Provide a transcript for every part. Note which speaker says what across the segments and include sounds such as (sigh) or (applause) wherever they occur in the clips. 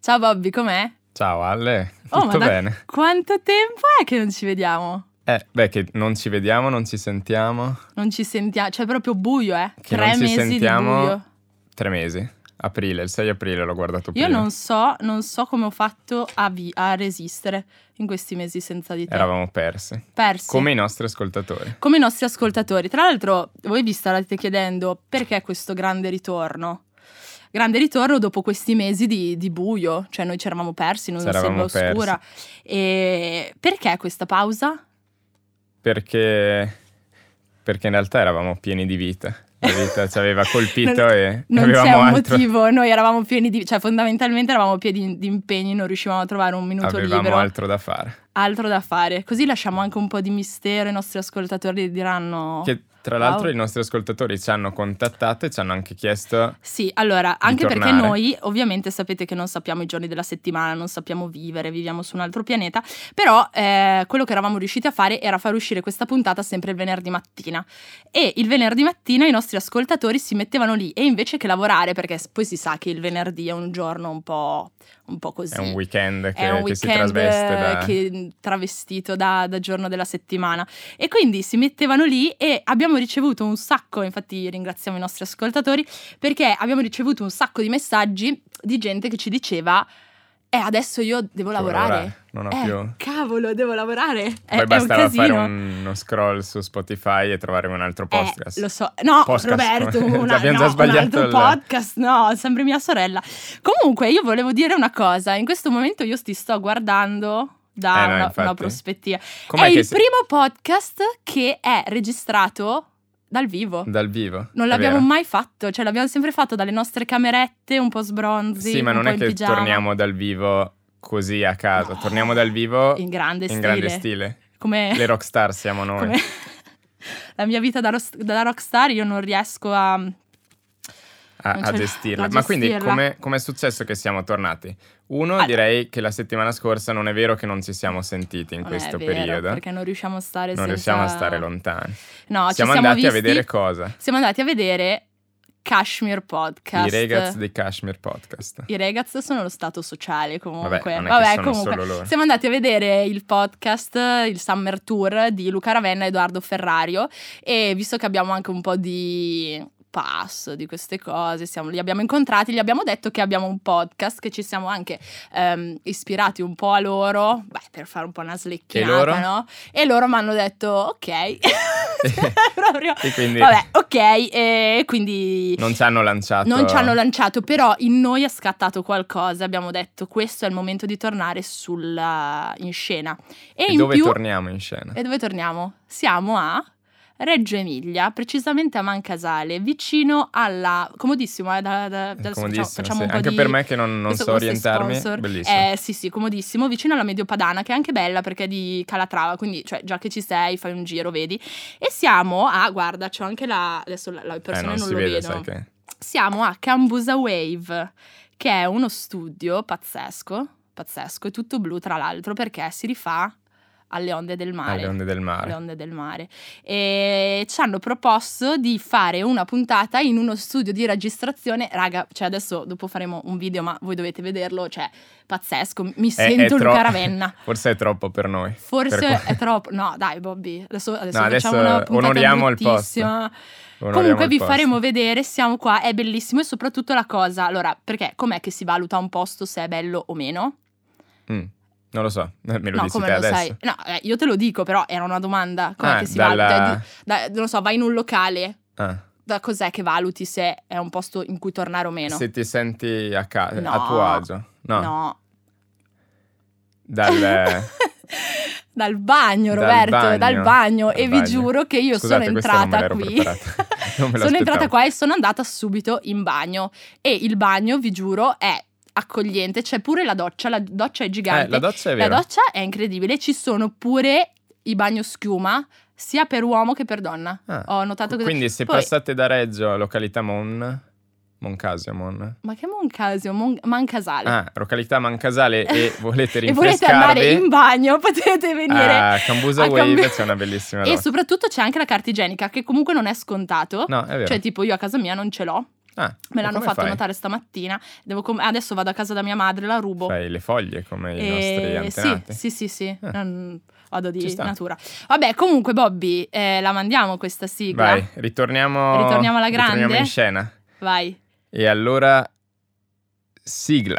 Speaker 1: Ciao Bobby, com'è?
Speaker 2: Ciao Ale,
Speaker 1: Oh, ma
Speaker 2: tutto
Speaker 1: da-
Speaker 2: bene?
Speaker 1: Quanto tempo è che non ci vediamo?
Speaker 2: Eh, beh, che non ci vediamo, non ci sentiamo.
Speaker 1: Non ci sentiamo, cioè è proprio buio, eh?
Speaker 2: Che
Speaker 1: Tre
Speaker 2: non ci
Speaker 1: mesi
Speaker 2: sentiamo
Speaker 1: di buio.
Speaker 2: Tre mesi, aprile, il 6 aprile l'ho guardato prima.
Speaker 1: Io non so, non so come ho fatto a, vi- a resistere in questi mesi senza di te.
Speaker 2: Eravamo persi,
Speaker 1: Persi.
Speaker 2: come i nostri ascoltatori.
Speaker 1: come i nostri ascoltatori. Tra l'altro, voi vi starete chiedendo perché questo grande ritorno? Grande ritorno dopo questi mesi di, di buio, cioè noi ci eravamo persi in una selva
Speaker 2: C'eravamo persi.
Speaker 1: oscura. E perché questa pausa?
Speaker 2: Perché... perché in realtà eravamo pieni di vita. La vita
Speaker 1: (laughs)
Speaker 2: ci aveva colpito
Speaker 1: Non-
Speaker 2: e
Speaker 1: Non c'è
Speaker 2: avevamo
Speaker 1: un
Speaker 2: altro...
Speaker 1: motivo, noi eravamo pieni di... cioè fondamentalmente eravamo pieni di impegni, non riuscivamo a trovare un minuto
Speaker 2: Avevamo
Speaker 1: libero,
Speaker 2: altro da fare.
Speaker 1: altro da fare. Così lasciamo anche un po' di mistero, i nostri ascoltatori diranno...
Speaker 2: Che tra l'altro
Speaker 1: Oh, Wow.
Speaker 2: i nostri ascoltatori ci hanno contattato e ci hanno anche chiesto
Speaker 1: Sì, allora, anche perché
Speaker 2: tornare.
Speaker 1: noi ovviamente sapete che non sappiamo i giorni della settimana, non sappiamo vivere, viviamo su un altro pianeta, però eh, quello che eravamo riusciti a fare era far uscire questa puntata sempre il venerdì mattina. E il venerdì mattina i nostri ascoltatori si mettevano lì e invece che lavorare, perché s- poi si sa che il venerdì è un giorno un po', un po' così.
Speaker 2: è un weekend che,
Speaker 1: È un
Speaker 2: che si
Speaker 1: weekend
Speaker 2: trasveste
Speaker 1: eh,
Speaker 2: da...
Speaker 1: che- travestito da, da giorno della settimana. E quindi si mettevano lì e abbiamo ricevuto un sacco, infatti ringraziamo i nostri ascoltatori, perché abbiamo ricevuto un sacco di messaggi di gente che ci diceva, eh adesso io devo lavorare.
Speaker 2: Non ho
Speaker 1: Eh,
Speaker 2: più...
Speaker 1: cavolo, devo lavorare. È, è
Speaker 2: Poi
Speaker 1: un
Speaker 2: bastava
Speaker 1: casino.
Speaker 2: fare un- uno scroll su Spotify e trovare un altro
Speaker 1: Eh,
Speaker 2: podcast.
Speaker 1: lo so, no,
Speaker 2: Podcast.
Speaker 1: Roberto, una-
Speaker 2: Abbiamo
Speaker 1: no,
Speaker 2: già
Speaker 1: un
Speaker 2: sbagliato
Speaker 1: altro
Speaker 2: il-
Speaker 1: podcast, no, sempre mia sorella. Comunque, io volevo dire una cosa, in questo momento io ti sto guardando da
Speaker 2: Eh, no,
Speaker 1: una- una,
Speaker 2: infatti.
Speaker 1: prospettiva.
Speaker 2: Com'è
Speaker 1: è
Speaker 2: che
Speaker 1: il
Speaker 2: si-
Speaker 1: primo podcast che è registrato dal vivo.
Speaker 2: Dal vivo.
Speaker 1: Non
Speaker 2: è
Speaker 1: l'abbiamo
Speaker 2: vero.
Speaker 1: mai fatto, cioè l'abbiamo sempre fatto dalle nostre camerette un po' sbronzi,
Speaker 2: Sì, ma
Speaker 1: un
Speaker 2: non
Speaker 1: po'
Speaker 2: è
Speaker 1: in
Speaker 2: che
Speaker 1: pigiama.
Speaker 2: torniamo dal vivo così a caso.
Speaker 1: No.
Speaker 2: Torniamo dal vivo
Speaker 1: in
Speaker 2: in,
Speaker 1: grande stile.
Speaker 2: grande stile.
Speaker 1: Come...
Speaker 2: Le rockstar siamo noi.
Speaker 1: (laughs) Come- la mia vita da, ros- da rockstar io non riesco a...
Speaker 2: A,
Speaker 1: non
Speaker 2: a
Speaker 1: ce la-
Speaker 2: gestirla.
Speaker 1: a
Speaker 2: Ma quindi
Speaker 1: gestirla.
Speaker 2: come, come è successo che siamo tornati? Uno,
Speaker 1: Allora-
Speaker 2: direi che la settimana scorsa non è vero che non ci siamo sentiti in
Speaker 1: Non è
Speaker 2: questo
Speaker 1: vero,
Speaker 2: periodo.
Speaker 1: Perché non riusciamo a stare
Speaker 2: Non
Speaker 1: senza-
Speaker 2: riusciamo a stare lontani.
Speaker 1: No, ci
Speaker 2: siamo,
Speaker 1: siamo
Speaker 2: andati a
Speaker 1: visti-
Speaker 2: vedere cosa?
Speaker 1: Siamo andati a vedere Kashmir Podcast.
Speaker 2: I ragazzi di Kashmir Podcast.
Speaker 1: I ragazzi sono lo stato sociale comunque.
Speaker 2: Vabbè, non è che sono
Speaker 1: comunque.
Speaker 2: solo loro.
Speaker 1: Siamo andati a vedere il podcast, il Summer Tour di Luca Ravenna e Edoardo Ferrario e visto che abbiamo anche un po' di pass di queste cose, siamo, li abbiamo incontrati, gli abbiamo detto che abbiamo un podcast, che ci siamo anche ehm, ispirati un po' a loro, beh, per fare un po' una slecchiata,
Speaker 2: loro?
Speaker 1: no? E loro mi hanno detto
Speaker 2: (laughs)
Speaker 1: ok. (laughs) Proprio-
Speaker 2: E quindi
Speaker 1: Vabbè, ok, e quindi
Speaker 2: non ci hanno lanciato.
Speaker 1: non ci hanno lanciato, però in noi ha scattato qualcosa. Abbiamo detto questo è il momento di tornare sulla- in scena. E,
Speaker 2: E
Speaker 1: in
Speaker 2: dove
Speaker 1: più, Eh,
Speaker 2: torniamo in scena? Eh,
Speaker 1: e dove torniamo? Siamo a Reggio Emilia, precisamente a Mancasale, vicino alla comodissimo. eh, da- da- da-
Speaker 2: Comodissimo,
Speaker 1: facciamo
Speaker 2: sì.
Speaker 1: un po'
Speaker 2: Anche
Speaker 1: di-
Speaker 2: per me che non, non
Speaker 1: questo-
Speaker 2: so
Speaker 1: questo è
Speaker 2: orientarmi.
Speaker 1: sponsor.
Speaker 2: Bellissimo.
Speaker 1: Eh, sì, sì, comodissimo, vicino alla Mediopadana, che è anche bella perché è di Calatrava, quindi cioè, già che ci sei, fai un giro, vedi. E siamo a, guarda, c'ho anche la, adesso la, le
Speaker 2: Eh,
Speaker 1: persone
Speaker 2: non
Speaker 1: non,
Speaker 2: si
Speaker 1: lo
Speaker 2: vede,
Speaker 1: vedono
Speaker 2: sai che.
Speaker 1: siamo a Cambusa Wave, che è uno studio pazzesco, pazzesco, è tutto blu tra l'altro perché si rifà alle onde del mare.
Speaker 2: Alle onde del mare.
Speaker 1: alle onde del mare. E ci hanno proposto di fare una puntata in uno studio di registrazione. Raga, cioè adesso dopo faremo un video, ma voi dovete vederlo, cioè pazzesco, mi
Speaker 2: È- è
Speaker 1: sento
Speaker 2: tro-
Speaker 1: Luca Ravenna.
Speaker 2: Forse è troppo (laughs) per noi.
Speaker 1: Forse
Speaker 2: Per que-
Speaker 1: è troppo. No, dai, Bobby. Adesso, adesso
Speaker 2: No, adesso
Speaker 1: facciamo una puntata
Speaker 2: onoriamo il posto.
Speaker 1: bruttissima.
Speaker 2: Onoriamo
Speaker 1: Comunque
Speaker 2: il
Speaker 1: vi
Speaker 2: posto.
Speaker 1: faremo vedere, siamo qua, è bellissimo e soprattutto la cosa, allora, perché com'è che si valuta un posto se è bello o meno?
Speaker 2: Mm, Non lo so, eh, me lo
Speaker 1: no,
Speaker 2: dici
Speaker 1: come
Speaker 2: te
Speaker 1: lo
Speaker 2: adesso.
Speaker 1: sai? No, eh, io te lo dico, però era una domanda, com'è
Speaker 2: Ah,
Speaker 1: che si
Speaker 2: dalla-
Speaker 1: valuta? Di- da- non lo so, vai in un locale,
Speaker 2: Ah,
Speaker 1: da cos'è che valuti se è un posto in cui tornare o meno?
Speaker 2: Se ti senti a casa,
Speaker 1: Eh, No.
Speaker 2: a tuo agio. No,
Speaker 1: No. (laughs)
Speaker 2: dal...
Speaker 1: Dal bagno,
Speaker 2: Dal
Speaker 1: Roberto, dal bagno,
Speaker 2: bagno, dal
Speaker 1: e vi
Speaker 2: bagno.
Speaker 1: giuro che io
Speaker 2: Scusate,
Speaker 1: sono
Speaker 2: questa non me
Speaker 1: entrata
Speaker 2: l'ero
Speaker 1: qui. (laughs)
Speaker 2: preparata. Non me
Speaker 1: sono entrata
Speaker 2: l'aspettavo.
Speaker 1: qua e sono andata subito in bagno e il bagno, vi giuro, è accogliente, c'è pure la doccia, la doccia è
Speaker 2: Eh,
Speaker 1: gigante.
Speaker 2: la doccia è
Speaker 1: La
Speaker 2: vero.
Speaker 1: doccia è incredibile, ci sono pure i bagno schiuma sia per uomo che per donna.
Speaker 2: Ah.
Speaker 1: Ho notato che
Speaker 2: Quindi se
Speaker 1: Poi-
Speaker 2: passate da Reggio a località Mon... Moncasio, Mon...
Speaker 1: Ma che Moncasio, Mon- Mancasale.
Speaker 2: Ah, località Mancasale
Speaker 1: (laughs)
Speaker 2: e volete
Speaker 1: e volete andare in
Speaker 2: rinfrescarvi
Speaker 1: bagno, (laughs) potete venire
Speaker 2: a Cambusa
Speaker 1: a
Speaker 2: Wave
Speaker 1: Cambu-
Speaker 2: c'è una bellissima
Speaker 1: E
Speaker 2: doccia.
Speaker 1: soprattutto c'è anche la carta igienica che comunque non è scontato.
Speaker 2: No, è vero.
Speaker 1: Cioè, tipo, io a casa mia non ce l'ho.
Speaker 2: Ah,
Speaker 1: Me
Speaker 2: e
Speaker 1: l'hanno
Speaker 2: come
Speaker 1: fatto
Speaker 2: fai?
Speaker 1: notare stamattina. Devo com- adesso vado a casa da mia madre, la rubo.
Speaker 2: Fai le foglie come i nostri
Speaker 1: E- boh. Eh, sì,
Speaker 2: antenati.
Speaker 1: sì, sì, sì.
Speaker 2: Ah.
Speaker 1: Non- vado
Speaker 2: Ci
Speaker 1: di
Speaker 2: sta.
Speaker 1: natura. Vabbè, comunque, Bobby, eh, la mandiamo questa sigla.
Speaker 2: Vai, ritorniamo,
Speaker 1: Ritorniamo alla grande?
Speaker 2: ritorniamo in scena.
Speaker 1: Vai.
Speaker 2: E allora, sigla.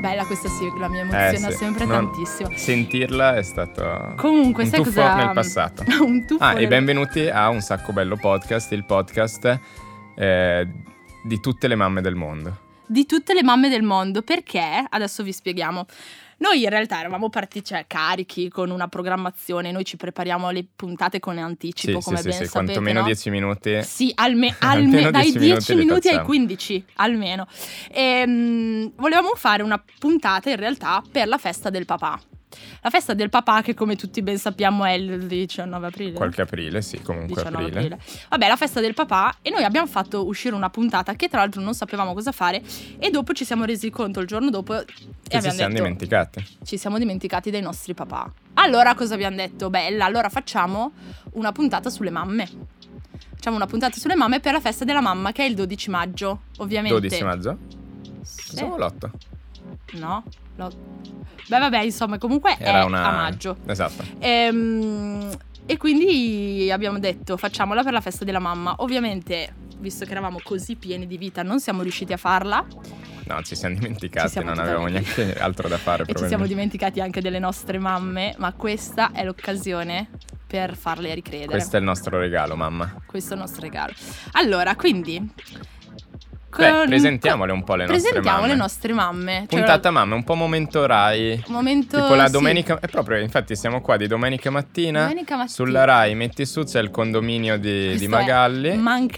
Speaker 1: Bella questa sigla, mi
Speaker 2: Eh,
Speaker 1: emoziona
Speaker 2: sì.
Speaker 1: sempre
Speaker 2: Non-
Speaker 1: tantissimo.
Speaker 2: Sentirla è stato
Speaker 1: Comunque,
Speaker 2: un
Speaker 1: sai
Speaker 2: tuffo
Speaker 1: cosa?
Speaker 2: nel passato.
Speaker 1: (laughs) un tuffo.
Speaker 2: Ah, e
Speaker 1: nel-
Speaker 2: benvenuti a Un Sacco Bello Podcast, il podcast eh, di tutte le mamme del mondo.
Speaker 1: di tutte le mamme del mondo perché adesso vi spieghiamo. Noi in realtà eravamo partiti cioè, carichi con una programmazione, noi ci prepariamo le puntate con anticipo, come ben sapete.
Speaker 2: quantomeno
Speaker 1: no?
Speaker 2: 10 minuti.
Speaker 1: Sì, alme- alme-
Speaker 2: (laughs) Almeno
Speaker 1: dai
Speaker 2: 10
Speaker 1: 10
Speaker 2: minuti li
Speaker 1: minuti ai
Speaker 2: facciamo.
Speaker 1: 15, almeno. Ehm, volevamo fare una puntata in realtà per la festa del papà. La festa del papà che come tutti ben sappiamo è il 19 aprile.
Speaker 2: Qualche aprile, sì, comunque
Speaker 1: 19
Speaker 2: aprile.
Speaker 1: aprile. Vabbè, la festa del papà e noi abbiamo fatto uscire una puntata che tra l'altro non sapevamo cosa fare e dopo ci siamo resi conto il giorno dopo e
Speaker 2: Che ci
Speaker 1: abbiamo
Speaker 2: siamo
Speaker 1: detto
Speaker 2: dimenticati.
Speaker 1: ci siamo dimenticati dei nostri papà. Allora cosa abbiamo detto? Bella, allora facciamo una puntata sulle mamme. Facciamo una puntata sulle mamme per la festa della mamma che è il 12 maggio, ovviamente. Eh.
Speaker 2: 12 maggio?
Speaker 1: Sì.
Speaker 2: Siamo l'8.
Speaker 1: No? Lo- Beh vabbè, insomma, comunque è
Speaker 2: Era una...
Speaker 1: Eh, a maggio.
Speaker 2: Esatto.
Speaker 1: Ehm, e quindi abbiamo detto facciamola per la festa della mamma. Ovviamente, visto che eravamo così pieni di vita, non siamo riusciti a farla
Speaker 2: No, ci siamo dimenticati,
Speaker 1: Ci siamo
Speaker 2: non avevamo
Speaker 1: dimenticati.
Speaker 2: neanche altro da fare.
Speaker 1: e ci siamo
Speaker 2: probabilmente.
Speaker 1: dimenticati anche delle nostre mamme, ma questa è l'occasione per farle ricredere.
Speaker 2: Questo è il nostro regalo, mamma.
Speaker 1: Questo è il nostro regalo. Allora, quindi
Speaker 2: Beh,
Speaker 1: con-
Speaker 2: presentiamole un po' le nostre
Speaker 1: presentiamo
Speaker 2: mamme.
Speaker 1: le nostre mamme. Cioè,
Speaker 2: Puntata mamma, un po' momento Rai.
Speaker 1: momento
Speaker 2: Tipo la
Speaker 1: sì,
Speaker 2: domenica, è proprio, infatti siamo qua di domenica mattina,
Speaker 1: domenica mattina.
Speaker 2: sulla Rai metti su c'è il condominio di,
Speaker 1: Questo
Speaker 2: di
Speaker 1: è
Speaker 2: Magalli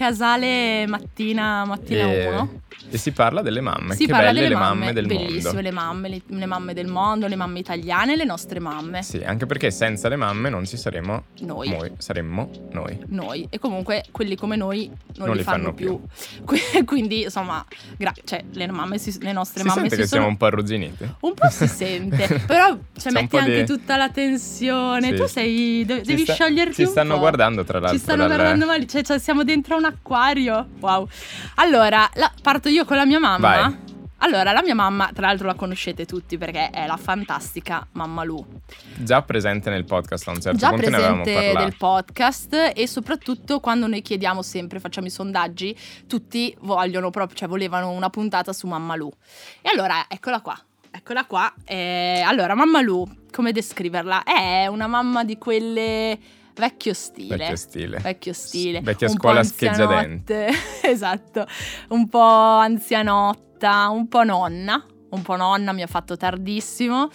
Speaker 1: Mancasale mattina mattina
Speaker 2: e,
Speaker 1: 1.
Speaker 2: e si parla delle mamme,
Speaker 1: Si
Speaker 2: che
Speaker 1: parla
Speaker 2: belle
Speaker 1: delle
Speaker 2: le
Speaker 1: mamme,
Speaker 2: mamme, del
Speaker 1: bellissime
Speaker 2: mondo.
Speaker 1: le mamme, le, le mamme del mondo, le mamme italiane, le nostre mamme,
Speaker 2: Sì, anche perché senza le mamme non ci saremmo
Speaker 1: noi.
Speaker 2: noi, saremmo noi.
Speaker 1: Noi e comunque quelli come noi non,
Speaker 2: Non
Speaker 1: li
Speaker 2: li
Speaker 1: fanno,
Speaker 2: fanno
Speaker 1: più. (laughs) Quindi, insomma, gra- cioè, le, mamme si- le nostre
Speaker 2: si
Speaker 1: mamme
Speaker 2: sente
Speaker 1: si
Speaker 2: che
Speaker 1: sono
Speaker 2: siamo un po' arrugginiti?
Speaker 1: un po'
Speaker 2: (laughs)
Speaker 1: si sente, però cioè,
Speaker 2: un
Speaker 1: metti
Speaker 2: po' di-
Speaker 1: anche tutta la tensione.
Speaker 2: Sì.
Speaker 1: Tu sei. de-
Speaker 2: Ci
Speaker 1: devi
Speaker 2: sta-
Speaker 1: scioglierti
Speaker 2: Ci
Speaker 1: un
Speaker 2: stanno
Speaker 1: po'.
Speaker 2: guardando tra l'altro.
Speaker 1: Ci stanno
Speaker 2: dal-
Speaker 1: guardando male, cioè, cioè, siamo dentro un acquario. Wow. Allora, la- parto io con la mia mamma.
Speaker 2: Vai.
Speaker 1: Allora, la mia mamma, tra l'altro la conoscete tutti perché è la fantastica mamma Lu.
Speaker 2: Già presente nel podcast a un certo
Speaker 1: già
Speaker 2: punto Certo, ne avevamo
Speaker 1: presente
Speaker 2: parlato.
Speaker 1: del podcast e soprattutto quando noi chiediamo sempre, facciamo i sondaggi, tutti vogliono proprio, cioè volevano una puntata su Mammalù. E allora eccola qua, eccola qua. Eh, allora Mammalù, come descriverla? È una mamma di quelle vecchio stile.
Speaker 2: Vecchio stile.
Speaker 1: Vecchio stile,
Speaker 2: Vecchia
Speaker 1: un po'
Speaker 2: scuola
Speaker 1: anzianotte, (laughs) esatto, un po' anzianotta, un po' nonna, un po' nonna, mi ha fatto tardissimo,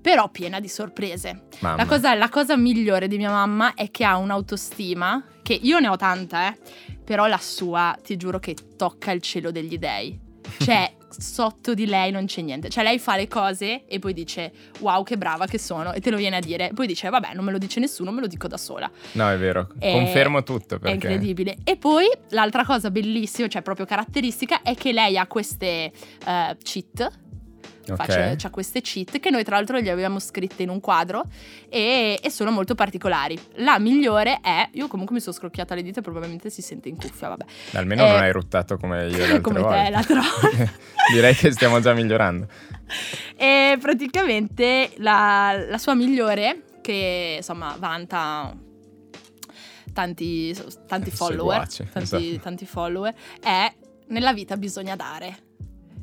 Speaker 1: però piena di sorprese.
Speaker 2: Mamma.
Speaker 1: La cosa, la cosa migliore di mia mamma è che ha un'autostima, che io ne ho tanta, eh, però la sua, ti giuro che tocca il cielo degli dei. Cioè,
Speaker 2: (laughs)
Speaker 1: sotto di lei non c'è niente. Cioè, lei fa le cose e poi dice, wow, che brava che sono, e te lo viene a dire. Poi dice, vabbè, non me lo dice nessuno, me lo dico da sola.
Speaker 2: No, è vero.
Speaker 1: È-
Speaker 2: Confermo tutto
Speaker 1: È
Speaker 2: perché
Speaker 1: incredibile. E poi l'altra cosa bellissima, cioè proprio caratteristica, è che lei ha queste eh, cheat.
Speaker 2: Ok.
Speaker 1: C'ha, c'ha queste cheat che noi tra l'altro gli avevamo scritte in un quadro e, e sono molto particolari. La migliore è, io comunque mi sono scrocchiata le dita, probabilmente si sente in cuffia, vabbè.
Speaker 2: almeno
Speaker 1: Eh,
Speaker 2: non hai ruttato come io l'altra
Speaker 1: (laughs) come te,
Speaker 2: volta. (laughs)
Speaker 1: l'altra volta.
Speaker 2: Direi che stiamo già migliorando.
Speaker 1: E praticamente la, la sua migliore, che insomma vanta tanti, tanti follower,
Speaker 2: Seguaci,
Speaker 1: tanti,
Speaker 2: esatto.
Speaker 1: tanti follower, è nella vita bisogna dare.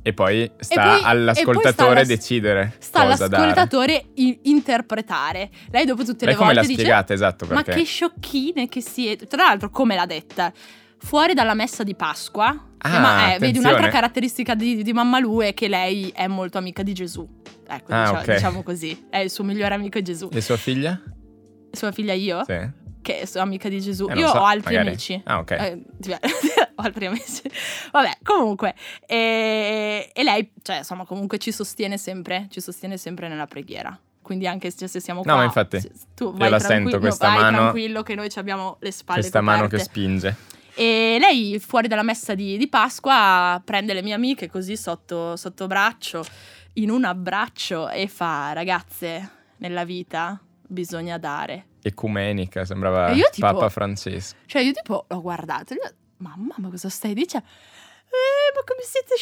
Speaker 2: E poi sta
Speaker 1: poi- e poi sta
Speaker 2: all'ascoltatore
Speaker 1: allas-
Speaker 2: decidere
Speaker 1: Sta
Speaker 2: cosa dare.
Speaker 1: all'ascoltatore i- interpretare. Lei dopo tutte
Speaker 2: Lei
Speaker 1: le
Speaker 2: come
Speaker 1: volte
Speaker 2: l'ha
Speaker 1: dice...
Speaker 2: spiegata, esatto,
Speaker 1: Ma
Speaker 2: perché...
Speaker 1: che sciocchine che siete. Tra l'altro, come l'ha detta? Fuori dalla messa di Pasqua.
Speaker 2: Ah,
Speaker 1: Eh, ma eh, vedi
Speaker 2: attenzione.
Speaker 1: un'altra caratteristica di, di mamma Lu è che lei è molto amica di Gesù. Ecco,
Speaker 2: Ah,
Speaker 1: diciamo,
Speaker 2: ok.
Speaker 1: diciamo così. È il suo migliore amico è Gesù.
Speaker 2: E sua figlia?
Speaker 1: Sua figlia io,
Speaker 2: Sì. Eh,
Speaker 1: che sono amica di Gesù.
Speaker 2: non
Speaker 1: io
Speaker 2: so,
Speaker 1: ho altri
Speaker 2: magari.
Speaker 1: amici.
Speaker 2: Ah, ok.
Speaker 1: Eh, cioè, (laughs) ho altri amici. Vabbè, comunque. eh, E, e lei, cioè, insomma, comunque ci sostiene sempre, ci sostiene sempre nella preghiera. quindi anche se, se siamo
Speaker 2: No,
Speaker 1: qua...
Speaker 2: ma infatti,
Speaker 1: se- tu
Speaker 2: io
Speaker 1: vai
Speaker 2: la
Speaker 1: tranquillo-
Speaker 2: sento questa
Speaker 1: vai
Speaker 2: mano-
Speaker 1: tranquillo che noi ci abbiamo le spalle
Speaker 2: Questa mano che
Speaker 1: coperte.
Speaker 2: spinge.
Speaker 1: E lei fuori dalla messa di, di Pasqua prende le mie amiche così sotto, sotto braccio, in un abbraccio e fa ragazze, nella vita bisogna dare.
Speaker 2: Ecumenica, sembrava
Speaker 1: E io tipo-
Speaker 2: Papa Francesco.
Speaker 1: Cioè io tipo l'ho guardato, e gli ho detto, mamma ma cosa stai dicendo? Eh, ma come siete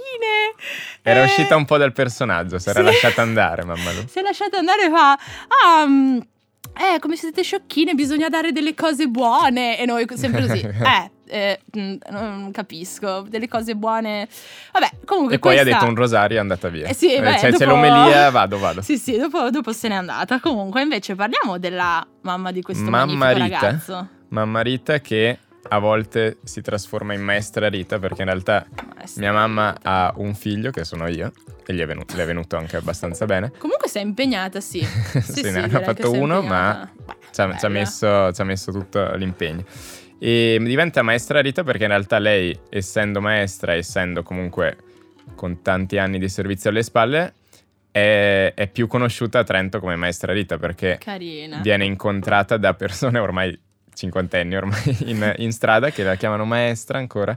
Speaker 1: sciocchine!
Speaker 2: Era
Speaker 1: Eh,
Speaker 2: uscita un po' dal personaggio, si era
Speaker 1: sì.
Speaker 2: lasciata andare, mamma lui.
Speaker 1: Si è lasciata andare e fa, ah, mm, eh, come siete sciocchine, bisogna dare delle cose buone. E noi sempre
Speaker 2: (laughs)
Speaker 1: così, eh, eh, mm, non capisco, delle cose buone. Vabbè, comunque
Speaker 2: E poi ha
Speaker 1: questa-
Speaker 2: detto un rosario e è andata via.
Speaker 1: Eh sì,
Speaker 2: Eh,
Speaker 1: beh,
Speaker 2: c'è, c'è
Speaker 1: dopo-
Speaker 2: l'omelia, vado, vado.
Speaker 1: Sì, sì, dopo, dopo se n'è andata. Comunque, invece, parliamo della mamma di questo
Speaker 2: Mamma
Speaker 1: magnifico
Speaker 2: Rita.
Speaker 1: ragazzo.
Speaker 2: Mamma Rita che a volte si trasforma in maestra Rita perché in realtà mia mamma ha un figlio che sono io e gli è venuto, le è venuto anche abbastanza bene.
Speaker 1: Comunque sei impegnata,
Speaker 2: (laughs)
Speaker 1: sì. Sì, sì,
Speaker 2: ne ha
Speaker 1: direi
Speaker 2: fatto
Speaker 1: che sei
Speaker 2: uno,
Speaker 1: impegnata. Beh,
Speaker 2: Ci ha,
Speaker 1: bella.
Speaker 2: ci ha messo, ci ha messo tutto l'impegno. E diventa maestra Rita perché in realtà lei, essendo maestra, essendo comunque con tanti anni di servizio alle spalle, è, è più conosciuta a Trento come maestra Rita perché
Speaker 1: Carina.
Speaker 2: viene incontrata da persone ormai cinquantenni ormai (laughs) in, in strada che la chiamano maestra ancora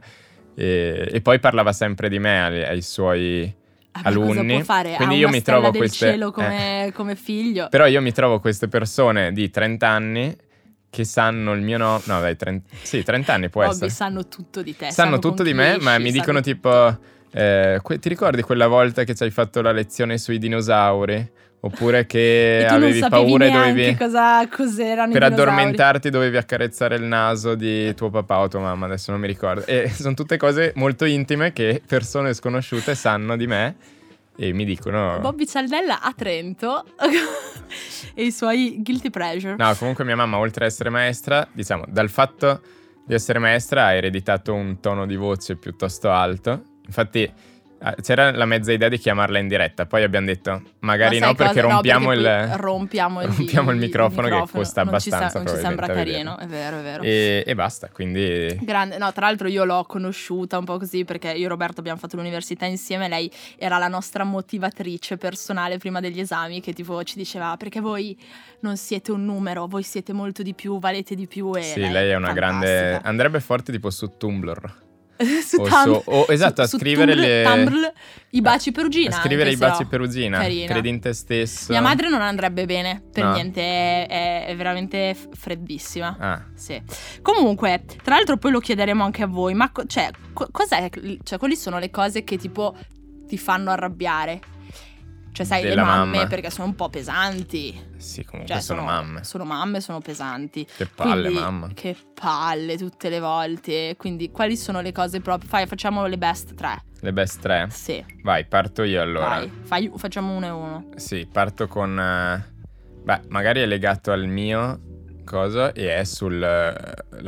Speaker 2: e, e poi parlava sempre di me ai, ai suoi
Speaker 1: Ah, ma Cosa
Speaker 2: alunni
Speaker 1: può fare?
Speaker 2: quindi
Speaker 1: ha
Speaker 2: io
Speaker 1: una
Speaker 2: mi
Speaker 1: stella
Speaker 2: trovo
Speaker 1: del
Speaker 2: queste
Speaker 1: cielo come, come figlio.
Speaker 2: eh, però io mi trovo queste persone di 30 anni che sanno il mio nome no dai 30, sì 30 anni può
Speaker 1: Bobby,
Speaker 2: essere
Speaker 1: sanno tutto di te.
Speaker 2: sanno
Speaker 1: con
Speaker 2: tutto di
Speaker 1: chi
Speaker 2: me
Speaker 1: esci,
Speaker 2: ma mi
Speaker 1: sanno-
Speaker 2: dicono tipo eh, que- ti ricordi quella volta che ci hai fatto la lezione sui dinosauri oppure
Speaker 1: (laughs)
Speaker 2: che
Speaker 1: E tu non
Speaker 2: avevi
Speaker 1: sapevi
Speaker 2: paura e
Speaker 1: neanche
Speaker 2: dovevi
Speaker 1: cosa, cos'erano
Speaker 2: per
Speaker 1: i dinosauri.
Speaker 2: addormentarti dovevi accarezzare il naso di tuo papà o tua mamma, adesso non mi ricordo. E (laughs) sono tutte cose molto intime che persone sconosciute sanno di me e mi dicono...
Speaker 1: Bobby Cialdella a Trento (laughs) e i suoi guilty pleasure.
Speaker 2: No, comunque mia mamma, oltre ad essere maestra, diciamo, dal fatto di essere maestra ha ereditato un tono di voce piuttosto alto. Infatti eh, c'era la mezza idea di chiamarla in diretta, poi abbiamo detto magari
Speaker 1: Ma sai
Speaker 2: no perché
Speaker 1: cosa? No,
Speaker 2: rompiamo
Speaker 1: perché
Speaker 2: il...
Speaker 1: poi rompiamo il,
Speaker 2: rompiamo il microfono che costa
Speaker 1: Non ci sa-
Speaker 2: abbastanza,
Speaker 1: non ci sembra
Speaker 2: probabilmente,
Speaker 1: carino, è vero, è vero.
Speaker 2: E, e basta, quindi...
Speaker 1: Grande, no, tra l'altro io l'ho conosciuta un po' così perché io e Roberto abbiamo fatto l'università insieme, lei era la nostra motivatrice personale prima degli esami che tipo ci diceva "Ah, perché voi non siete un numero, voi siete molto di più, valete di più e
Speaker 2: Sì, lei è una grande... Andrebbe forte tipo su Tumblr.
Speaker 1: fantastica. (laughs) su
Speaker 2: o su-
Speaker 1: Tumblr-
Speaker 2: o- esatto, a
Speaker 1: su- su
Speaker 2: scrivere
Speaker 1: Tumblr-
Speaker 2: le- Eh,
Speaker 1: Tumblr, i baci
Speaker 2: A
Speaker 1: perugina.
Speaker 2: scrivere i
Speaker 1: anche se
Speaker 2: baci
Speaker 1: no.
Speaker 2: perugina.
Speaker 1: Carina.
Speaker 2: Credi in te stesso.
Speaker 1: Mia madre non andrebbe bene per
Speaker 2: No.
Speaker 1: niente, è, è- è veramente f- freddissima.
Speaker 2: Ah,
Speaker 1: Sì. Comunque, tra l'altro poi lo chiederemo anche a voi, ma co- cioè, co- cos'è, cioè, quali sono le cose che tipo ti fanno arrabbiare? Cioè, sai,
Speaker 2: Della
Speaker 1: le mamme
Speaker 2: mamma.
Speaker 1: perché sono un po' pesanti.
Speaker 2: sì, comunque
Speaker 1: Cioè,
Speaker 2: sono, mamme.
Speaker 1: Sono mamme, sono pesanti.
Speaker 2: Che palle,
Speaker 1: Quindi,
Speaker 2: mamma.
Speaker 1: Che palle tutte le volte. Quindi, quali sono le cose proprio? Fai, facciamo le best tre.
Speaker 2: Le best tre.
Speaker 1: Sì.
Speaker 2: Vai, parto io allora.
Speaker 1: Vai, fai- facciamo uno e uno.
Speaker 2: Sì, parto con... eh, Beh, magari è legato al mio cosa e è sulla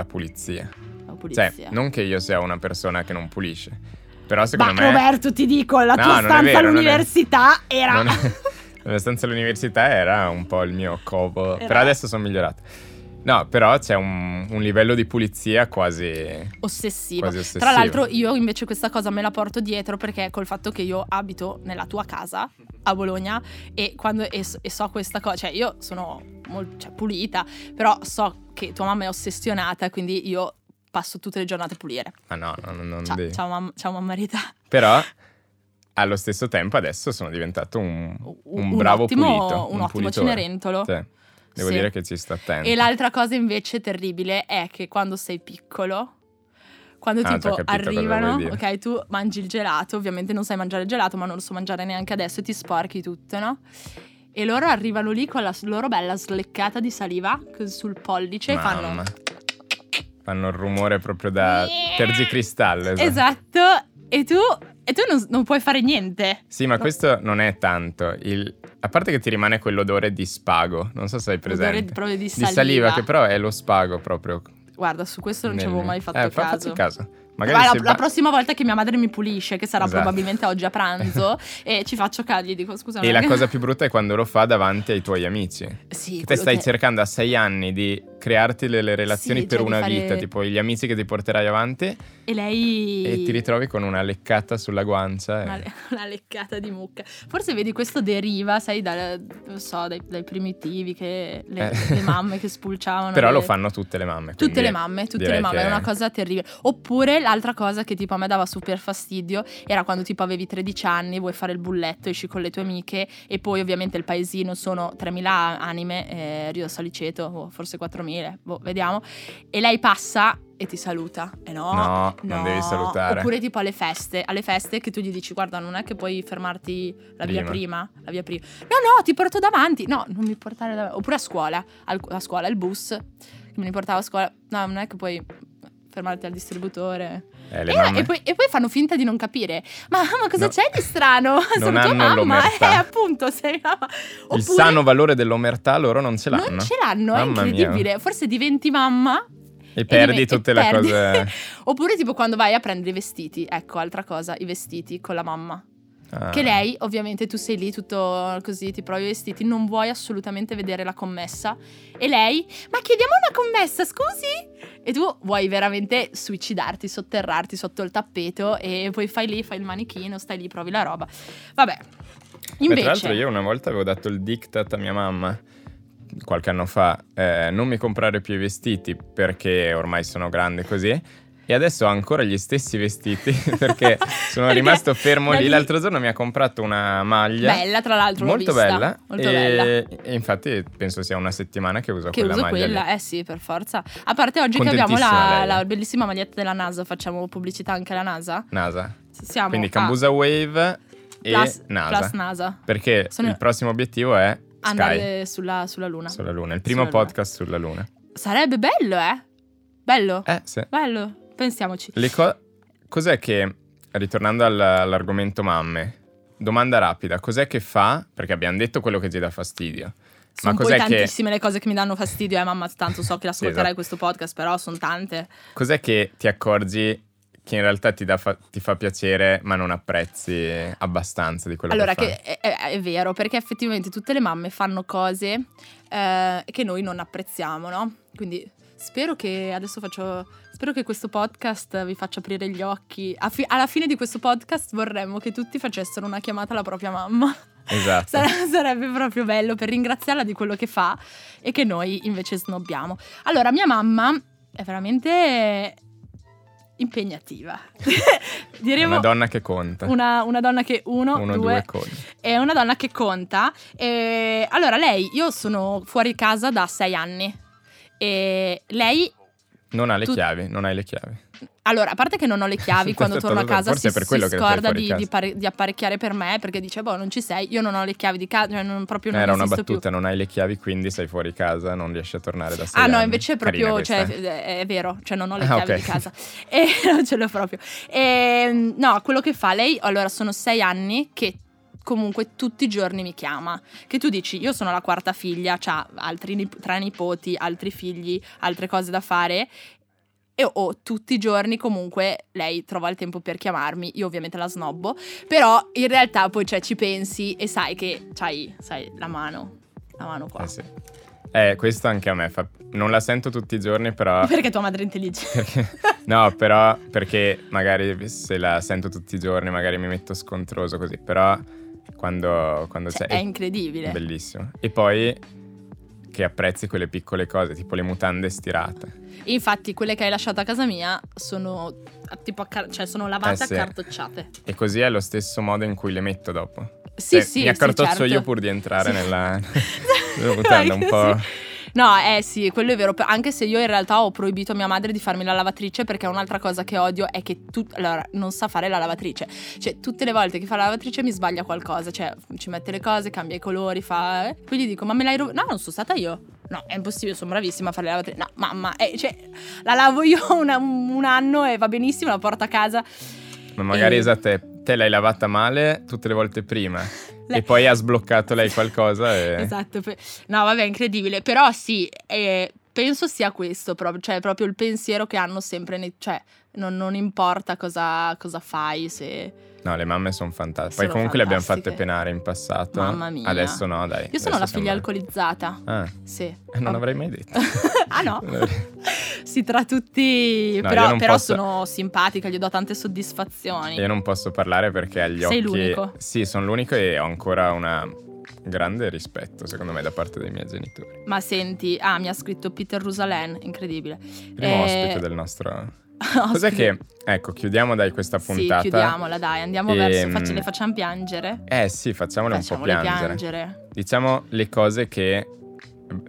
Speaker 2: pulizia.
Speaker 1: La
Speaker 2: Cioè,
Speaker 1: pulizia.
Speaker 2: non che io sia una persona che non pulisce, però
Speaker 1: Ma
Speaker 2: secondo me...
Speaker 1: Roberto, ti dico, la
Speaker 2: No,
Speaker 1: tua
Speaker 2: non è
Speaker 1: stanza
Speaker 2: vero, non è-
Speaker 1: all'università era...
Speaker 2: Non è- (laughs) La stanza all'università era un po' il mio covo,
Speaker 1: Era-
Speaker 2: però adesso sono migliorato. No, però c'è un, un livello di pulizia quasi...
Speaker 1: (laughs) ossessiva.
Speaker 2: Quasi ossessivo.
Speaker 1: Tra l'altro io invece questa cosa me la porto dietro perché col fatto che io abito nella tua casa a Bologna e quando e, so- e so questa cosa, cioè io sono molto cioè, pulita, però so che tua mamma è ossessionata, quindi io passo tutte le giornate a pulire.
Speaker 2: Ah no, no, no, non
Speaker 1: Ciao,
Speaker 2: devi.
Speaker 1: ciao, mamma, ciao mamma Rita.
Speaker 2: Però allo stesso tempo adesso sono diventato un,
Speaker 1: Un,
Speaker 2: un bravo
Speaker 1: ottimo,
Speaker 2: pulito.
Speaker 1: un, ottimo
Speaker 2: pulitore.
Speaker 1: cenerentolo.
Speaker 2: Sì, Devo
Speaker 1: Sì.
Speaker 2: dire che ci sta attento.
Speaker 1: E l'altra cosa invece terribile è che quando sei piccolo, quando
Speaker 2: Ah, già
Speaker 1: tipo
Speaker 2: capito cosa vuoi
Speaker 1: arrivano,
Speaker 2: dire.
Speaker 1: ok, tu mangi il gelato, ovviamente non sai mangiare il gelato, ma non lo so mangiare neanche adesso e ti sporchi tutto, no? E loro arrivano lì con la s- loro bella sleccata di saliva cos- sul pollice e fanno
Speaker 2: Mamma. Fanno il rumore proprio da tergicristallo. esatto.
Speaker 1: Esatto, e tu e tu non, non puoi fare niente.
Speaker 2: Sì, ma questo non è tanto. Il- A parte che ti rimane quell'odore di spago, non so se hai
Speaker 1: Odore
Speaker 2: presente.
Speaker 1: proprio di
Speaker 2: Di
Speaker 1: saliva.
Speaker 2: saliva, che però è lo spago proprio.
Speaker 1: Guarda, su questo non ci
Speaker 2: nel-
Speaker 1: avevo mai fatto
Speaker 2: eh, fa-
Speaker 1: caso.
Speaker 2: facci caso. Magari
Speaker 1: Vai,
Speaker 2: se
Speaker 1: la,
Speaker 2: va-
Speaker 1: la prossima volta che mia madre mi pulisce, che sarà
Speaker 2: Esatto.
Speaker 1: probabilmente oggi a
Speaker 2: (laughs)
Speaker 1: pranzo, e ci faccio cagli, dico scusa.
Speaker 2: E
Speaker 1: ma- (laughs)
Speaker 2: la cosa più brutta è quando lo fa davanti ai tuoi amici.
Speaker 1: Sì,
Speaker 2: Te
Speaker 1: quello
Speaker 2: stai
Speaker 1: che-
Speaker 2: cercando a sei anni di crearti le, le relazioni
Speaker 1: Sì,
Speaker 2: per
Speaker 1: cioè di
Speaker 2: una
Speaker 1: fare-
Speaker 2: vita, tipo gli amici che ti porterai avanti
Speaker 1: E lei...
Speaker 2: e
Speaker 1: (laughs)
Speaker 2: ti ritrovi con una leccata sulla guancia. eh. e-
Speaker 1: Una, le- una leccata di mucca. Forse vedi questo deriva, sai, dal- non so, dai, dai primitivi che le,
Speaker 2: Eh.
Speaker 1: le
Speaker 2: (laughs)
Speaker 1: mamme che spulciavano.
Speaker 2: Però
Speaker 1: le-
Speaker 2: lo fanno tutte le mamme.
Speaker 1: Tutte
Speaker 2: quindi
Speaker 1: le mamme, tutte
Speaker 2: direi
Speaker 1: le mamme,
Speaker 2: che-
Speaker 1: è una cosa terribile. Oppure l'altra cosa che tipo a me dava super fastidio era quando tipo avevi 13 anni, vuoi fare il bulletto, esci con le tue amiche e poi ovviamente il paesino sono 3.000 anime, eh, Rio Saliceto, o forse 4.000, boh, vediamo, e lei passa e ti saluta. E no,
Speaker 2: No, non devi salutare.
Speaker 1: Oppure tipo alle feste, alle feste che tu gli dici guarda non è che puoi fermarti la via
Speaker 2: Prima.
Speaker 1: prima, la via prima. No, no, ti porto davanti. No, non mi portare davanti. Oppure a scuola, al- a scuola il bus che me li portavo a scuola. No, non è che puoi fermarti al distributore.
Speaker 2: Eh, le
Speaker 1: E,
Speaker 2: mamme.
Speaker 1: e poi, e poi fanno finta di non capire. Ma, ma cosa
Speaker 2: No.
Speaker 1: c'è di strano? Sono tua
Speaker 2: hanno
Speaker 1: mamma. Eh,
Speaker 2: l'omertà.
Speaker 1: appunto, sei la mamma.
Speaker 2: Il sano valore dell'omertà loro non ce l'hanno.
Speaker 1: Non ce l'hanno, è
Speaker 2: Mamma mia.
Speaker 1: incredibile. Forse diventi mamma.
Speaker 2: E perdi
Speaker 1: diven-
Speaker 2: tutte
Speaker 1: e
Speaker 2: le
Speaker 1: perdi.
Speaker 2: cose.
Speaker 1: Oppure tipo quando vai a prendere i vestiti. Ecco, altra cosa, i vestiti con la mamma. (laughs)
Speaker 2: Ah.
Speaker 1: Che lei, ovviamente, tu sei lì tutto così, ti provi i vestiti, non vuoi assolutamente vedere la commessa. E lei, ma chiediamo una commessa, scusi? E tu vuoi veramente suicidarti, sotterrarti sotto il tappeto e poi fai lì, fai il manichino, stai lì, provi la roba. Vabbè.
Speaker 2: Beh,
Speaker 1: Invece,
Speaker 2: tra l'altro io una volta avevo dato il diktat a mia mamma qualche anno fa, eh, non mi comprare più i vestiti perché ormai sono grande così. E adesso ho ancora gli stessi vestiti (laughs) perché sono
Speaker 1: (laughs) Perché
Speaker 2: rimasto fermo
Speaker 1: da
Speaker 2: lì.
Speaker 1: lì-
Speaker 2: L'altro giorno mi ha comprato una maglia.
Speaker 1: bella, tra l'altro, l'ho
Speaker 2: Molto
Speaker 1: vista,
Speaker 2: bella.
Speaker 1: molto
Speaker 2: e,
Speaker 1: bella.
Speaker 2: e infatti penso sia una settimana che uso
Speaker 1: Che
Speaker 2: quella
Speaker 1: uso
Speaker 2: maglia. lì.
Speaker 1: quella, eh sì, per forza. A parte oggi che abbiamo
Speaker 2: Contentissima
Speaker 1: la,
Speaker 2: lei. eh.
Speaker 1: la bellissima maglietta della NASA, facciamo pubblicità anche alla NASA.
Speaker 2: NASA.
Speaker 1: Siamo
Speaker 2: Quindi
Speaker 1: a
Speaker 2: Cambusa Wave e
Speaker 1: plus-
Speaker 2: NASA.
Speaker 1: plus NASA.
Speaker 2: Perché
Speaker 1: Sono-
Speaker 2: il prossimo obiettivo è Sky
Speaker 1: andare sulla, sulla Luna.
Speaker 2: sulla Luna, il primo
Speaker 1: sulla Luna.
Speaker 2: podcast sulla Luna.
Speaker 1: Sarebbe bello, eh? Bello,
Speaker 2: Eh, sì.
Speaker 1: bello, pensiamoci.
Speaker 2: Le co- cos'è che, ritornando al- all'argomento mamme, domanda rapida, cos'è che fa? Perché abbiamo detto quello che ti dà fastidio.
Speaker 1: Sono
Speaker 2: ma
Speaker 1: poi
Speaker 2: cos'è che-
Speaker 1: tantissime le cose che mi danno fastidio, eh mamma, tanto so che ascolterai
Speaker 2: esatto.
Speaker 1: questo podcast, però sono tante.
Speaker 2: Cos'è che ti accorgi che in realtà ti, dà fa- ti fa piacere ma non apprezzi abbastanza di quello
Speaker 1: allora,
Speaker 2: che fa?
Speaker 1: che è, è- è vero, perché effettivamente tutte le mamme fanno cose eh, che noi non apprezziamo, no? Quindi spero che adesso faccio. Spero che questo podcast vi faccia aprire gli occhi. A fi- alla fine di questo podcast vorremmo che tutti facessero una chiamata alla propria mamma.
Speaker 2: Esatto.
Speaker 1: Sare- (laughs) sarebbe proprio bello per ringraziarla di quello che fa e che noi invece snobbiamo. Allora, mia mamma è veramente impegnativa. (laughs) Diremo
Speaker 2: Una donna che conta.
Speaker 1: una, una donna che uno,
Speaker 2: Uno,
Speaker 1: due,
Speaker 2: due, conta.
Speaker 1: è una donna che conta. E, allora, lei, io sono fuori casa da sei anni. E lei,
Speaker 2: Non ha le
Speaker 1: Tu-
Speaker 2: chiavi, non hai le chiavi.
Speaker 1: allora, a parte che non ho le
Speaker 2: (laughs)
Speaker 1: chiavi, quando
Speaker 2: Questo è
Speaker 1: torno a
Speaker 2: tutto-
Speaker 1: casa
Speaker 2: forse
Speaker 1: si,
Speaker 2: è per
Speaker 1: si
Speaker 2: quello che sei
Speaker 1: scorda
Speaker 2: fuori
Speaker 1: di,
Speaker 2: casa.
Speaker 1: di pare- di apparecchiare per me perché dice, boh, non ci sei, io non ho le chiavi di casa, cioè non, proprio non
Speaker 2: Era una
Speaker 1: esisto più.
Speaker 2: battuta, non hai le chiavi, quindi sei fuori casa, non riesci a tornare da sei
Speaker 1: Ah no,
Speaker 2: anni.
Speaker 1: invece è
Speaker 2: ehm, Carina
Speaker 1: proprio,
Speaker 2: questa,
Speaker 1: cioè,
Speaker 2: eh.
Speaker 1: è è vero, cioè non ho le
Speaker 2: Ah,
Speaker 1: chiavi
Speaker 2: ok.
Speaker 1: di casa (laughs) e non ce l'ho proprio. E, no, quello che fa lei, allora sono sei anni che comunque tutti i giorni mi chiama, che tu dici io sono la quarta figlia, c'ha altri nip- tre nipoti, altri figli, altre cose da fare. E o tutti i giorni comunque lei trova il tempo per chiamarmi, io ovviamente la snobbo, però in realtà poi cioè, ci pensi e sai che c'hai, sai, la mano, la mano qua.
Speaker 2: Eh sì. Eh, questo anche a me fa... Non la sento tutti i giorni,
Speaker 1: (laughs)
Speaker 2: però...
Speaker 1: Perché tua madre è intelligente.
Speaker 2: perché- No, però perché magari se la sento tutti i giorni, magari mi metto scontroso così, però quando, quando
Speaker 1: Cioè, è
Speaker 2: sei...
Speaker 1: incredibile.
Speaker 2: bellissimo. E poi che apprezzi quelle piccole cose, tipo le mutande stirate.
Speaker 1: Infatti, quelle che hai lasciato a casa mia sono a- tipo accar- cioè sono lavate
Speaker 2: Eh sì.
Speaker 1: accartocciate.
Speaker 2: E così è lo stesso modo in cui le metto dopo.
Speaker 1: Sì,
Speaker 2: Eh,
Speaker 1: sì,
Speaker 2: Mi accortoccio
Speaker 1: sì, certo.
Speaker 2: io pur di entrare
Speaker 1: Sì. (laughs)
Speaker 2: nella... (laughs) nella
Speaker 1: Vai
Speaker 2: mutanda un po'...
Speaker 1: così. No, eh sì, quello è vero, pe- anche se io in realtà ho proibito a mia madre di farmi la lavatrice perché un'altra cosa che odio è che tu allora non sa fare la lavatrice. Cioè, tutte le volte che fa la lavatrice mi sbaglia qualcosa, cioè ci mette le cose, cambia i colori, fa eh. Poi gli dico "Ma me l'hai rovinata?" No, non sono stata io. No, è impossibile, sono bravissima a fare la lavatrice. No, mamma, eh, cioè, la lavo io (laughs) una- un anno e va benissimo, la porto a casa.
Speaker 2: Ma magari
Speaker 1: E-
Speaker 2: esatto, te, te l'hai lavata male tutte le volte prima
Speaker 1: Lei-
Speaker 2: e poi ha sbloccato lei qualcosa e...
Speaker 1: Esatto, pe- no vabbè, incredibile, però sì, eh, penso sia questo proprio, cioè proprio il pensiero che hanno sempre, nei- cioè Non, non importa cosa, cosa fai,
Speaker 2: Eh,
Speaker 1: se...
Speaker 2: No, le mamme sono fantastiche.
Speaker 1: Sono
Speaker 2: Poi comunque le abbiamo
Speaker 1: fantastiche.
Speaker 2: fatte penare in passato.
Speaker 1: Mamma mia.
Speaker 2: Adesso no, dai.
Speaker 1: Io sono
Speaker 2: adesso
Speaker 1: la figlia
Speaker 2: siamo-
Speaker 1: alcolizzata,
Speaker 2: Ah, (laughs)
Speaker 1: sì.
Speaker 2: eh, non avrei mai detto.
Speaker 1: ah no?
Speaker 2: Non avrei-
Speaker 1: (laughs) sì, tra tutti...
Speaker 2: No, io
Speaker 1: però
Speaker 2: non
Speaker 1: però
Speaker 2: posso- Eh.
Speaker 1: sono simpatica, gli do tante soddisfazioni.
Speaker 2: (laughs) Io non posso parlare perché agli
Speaker 1: Sei
Speaker 2: occhi...
Speaker 1: l'unico.
Speaker 2: Sì, sono l'unico e ho ancora una grande rispetto, secondo me, da parte dei miei genitori.
Speaker 1: Ma senti, ah, mi ha scritto Peter Rusalen, incredibile. (laughs)
Speaker 2: Primo
Speaker 1: Eh,
Speaker 2: ospite del nostro... Cos'è
Speaker 1: ospite-
Speaker 2: che... Ecco, chiudiamo dai questa puntata.
Speaker 1: Sì, chiudiamola, dai, andiamo
Speaker 2: Ehm,
Speaker 1: verso, facci- le facciamo piangere.
Speaker 2: Eh sì, facciamole
Speaker 1: Facciamole
Speaker 2: un po' piangere.
Speaker 1: piangere.
Speaker 2: Diciamo le cose che...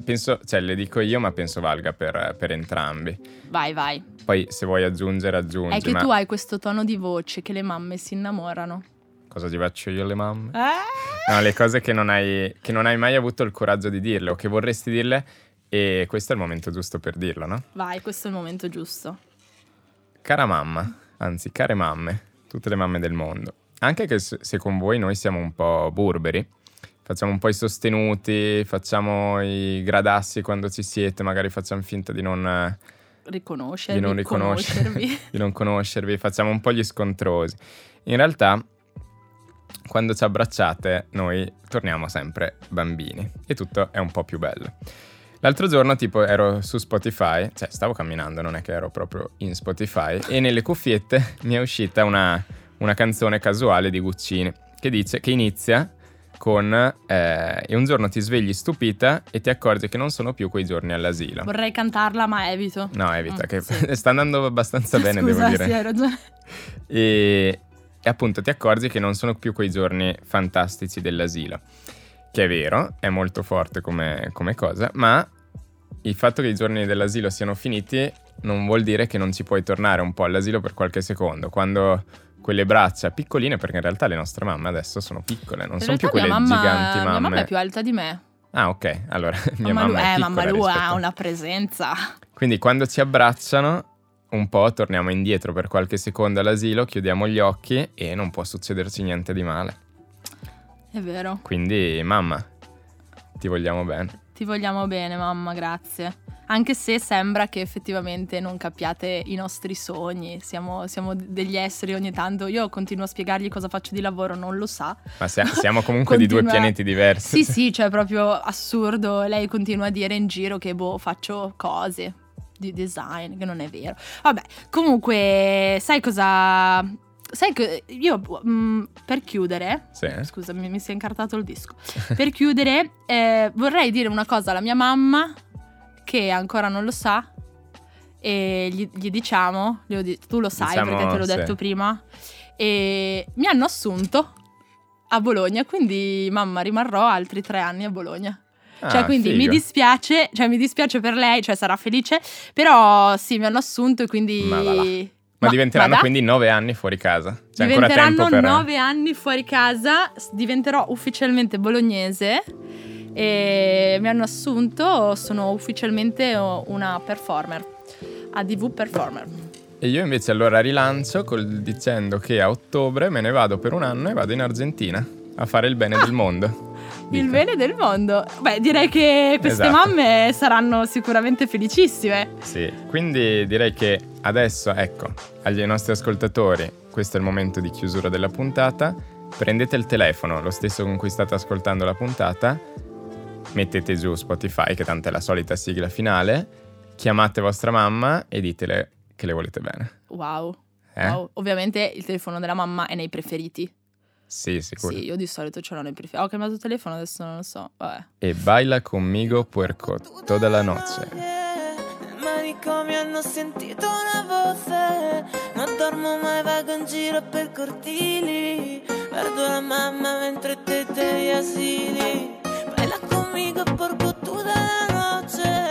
Speaker 2: Penso, cioè le dico io, ma penso valga per, per entrambi.
Speaker 1: Vai, vai.
Speaker 2: Poi se vuoi aggiungere, aggiungi.
Speaker 1: È che
Speaker 2: ma
Speaker 1: tu hai questo tono di voce che le mamme si innamorano.
Speaker 2: cosa ti faccio io alle mamme?
Speaker 1: Eh?
Speaker 2: No, le cose che non, hai, che non hai mai avuto il coraggio di dirle o che vorresti dirle e questo è il momento giusto per dirlo, no?
Speaker 1: Vai, questo è il momento giusto.
Speaker 2: Cara mamma, anzi care mamme, tutte le mamme del mondo, anche che se se con voi noi siamo un po' burberi, facciamo un po' i sostenuti, facciamo i gradassi quando ci siete, magari facciamo finta di non,
Speaker 1: Riconoscervi,
Speaker 2: di non riconoscervi, (laughs)
Speaker 1: conoscervi.
Speaker 2: di non conoscervi, facciamo un po' gli scontrosi. In realtà, quando ci abbracciate, noi torniamo sempre bambini e tutto è un po' più bello. L'altro giorno, tipo, ero su Spotify, cioè stavo camminando, non è che ero proprio in Spotify, e nelle cuffiette (laughs) mi è uscita una, una canzone casuale di Guccini che dice che inizia con eh, E un giorno ti svegli stupita e ti accorgi che non sono più quei giorni all'asilo.
Speaker 1: Vorrei cantarla, ma evito.
Speaker 2: No, evita,
Speaker 1: Mm,
Speaker 2: che
Speaker 1: sì.
Speaker 2: (laughs) sta andando abbastanza bene,
Speaker 1: Scusa,
Speaker 2: devo dire.
Speaker 1: sì, hai ragione.
Speaker 2: E, e appunto ti accorgi che non sono più quei giorni fantastici dell'asilo. Che è vero, è molto forte come, come cosa, ma il fatto che i giorni dell'asilo siano finiti non vuol dire che non ci puoi tornare un po' all'asilo per qualche secondo. Quando quelle braccia piccoline, perché in realtà le nostre mamme adesso sono piccole, non
Speaker 1: In
Speaker 2: sono più
Speaker 1: realtà
Speaker 2: quelle
Speaker 1: mia mamma,
Speaker 2: giganti mamme.
Speaker 1: Mia mamma è più alta di me.
Speaker 2: Ah, ok, allora (laughs) mia
Speaker 1: mamma
Speaker 2: mamma,
Speaker 1: Lu-
Speaker 2: è
Speaker 1: eh,
Speaker 2: piccola
Speaker 1: mamma lui ha
Speaker 2: rispetto-
Speaker 1: una presenza.
Speaker 2: quindi quando ci abbracciano, un po' torniamo indietro per qualche secondo all'asilo, chiudiamo gli occhi e non può succederci niente di male.
Speaker 1: È vero.
Speaker 2: Quindi, mamma, ti vogliamo bene.
Speaker 1: Ti vogliamo bene, mamma, grazie. Anche se sembra che effettivamente non capiate i nostri sogni, siamo, siamo degli esseri ogni tanto. Io continuo a spiegargli cosa faccio di lavoro, non lo sa. (laughs)
Speaker 2: Ma sia- siamo comunque di due
Speaker 1: Continua-
Speaker 2: pianeti diversi.
Speaker 1: Sì, sì, cioè è proprio assurdo. Lei continua a dire in giro che boh, faccio cose di design, che non è vero. Vabbè, comunque, sai cosa. Sai che io mm, per chiudere,
Speaker 2: Sì, eh?
Speaker 1: Scusa, mi, mi si è incartato il disco. Per chiudere, eh, vorrei dire una cosa alla mia mamma che ancora non lo sa. E gli, gli diciamo, gli ho di- tu lo sai
Speaker 2: Diciamo,
Speaker 1: perché te l'ho
Speaker 2: sì.
Speaker 1: detto prima. E mi hanno assunto a Bologna, quindi mamma rimarrò altri tre anni a Bologna. Cioè,
Speaker 2: Ah,
Speaker 1: quindi mi
Speaker 2: figo.
Speaker 1: dispiace, cioè mi dispiace per lei, cioè sarà felice, però sì, mi hanno assunto e quindi...
Speaker 2: Ma va là.
Speaker 1: Ma-
Speaker 2: Ma diventeranno
Speaker 1: ma da-
Speaker 2: quindi nove anni fuori casa. C'è ancora tempo
Speaker 1: Diventeranno
Speaker 2: per... eh.
Speaker 1: nove anni fuori casa, s- diventerò ufficialmente bolognese e mi hanno assunto, sono ufficialmente oh, una performer, ADV performer.
Speaker 2: E io invece allora rilancio col- dicendo che a ottobre me ne vado per un anno e vado in Argentina a fare il bene
Speaker 1: Ah,
Speaker 2: del mondo.
Speaker 1: Il
Speaker 2: Dico.
Speaker 1: bene del mondo. Beh, direi che queste
Speaker 2: Esatto.
Speaker 1: mamme saranno sicuramente felicissime.
Speaker 2: Sì, quindi direi che adesso, ecco, agli nostri ascoltatori, questo è il momento di chiusura della puntata. Prendete il telefono, lo stesso con cui state ascoltando la puntata, mettete giù Spotify, che tanto è la solita sigla finale, chiamate vostra mamma e ditele che le volete bene.
Speaker 1: Wow.
Speaker 2: Eh?
Speaker 1: wow. Ovviamente il telefono della mamma è nei preferiti.
Speaker 2: Sì, sicuro.
Speaker 1: Sì, io di solito ce l'ho nei preferiti. Ho chiamato il telefono, adesso non lo so. Vabbè.
Speaker 2: E baila conmigo puerco toda la noche.
Speaker 3: Nel manicomio hanno sentito una voce Non dormo mai, vago in giro per cortili Guardo la mamma mentre te te gli asili Baila conmigo por toda la noche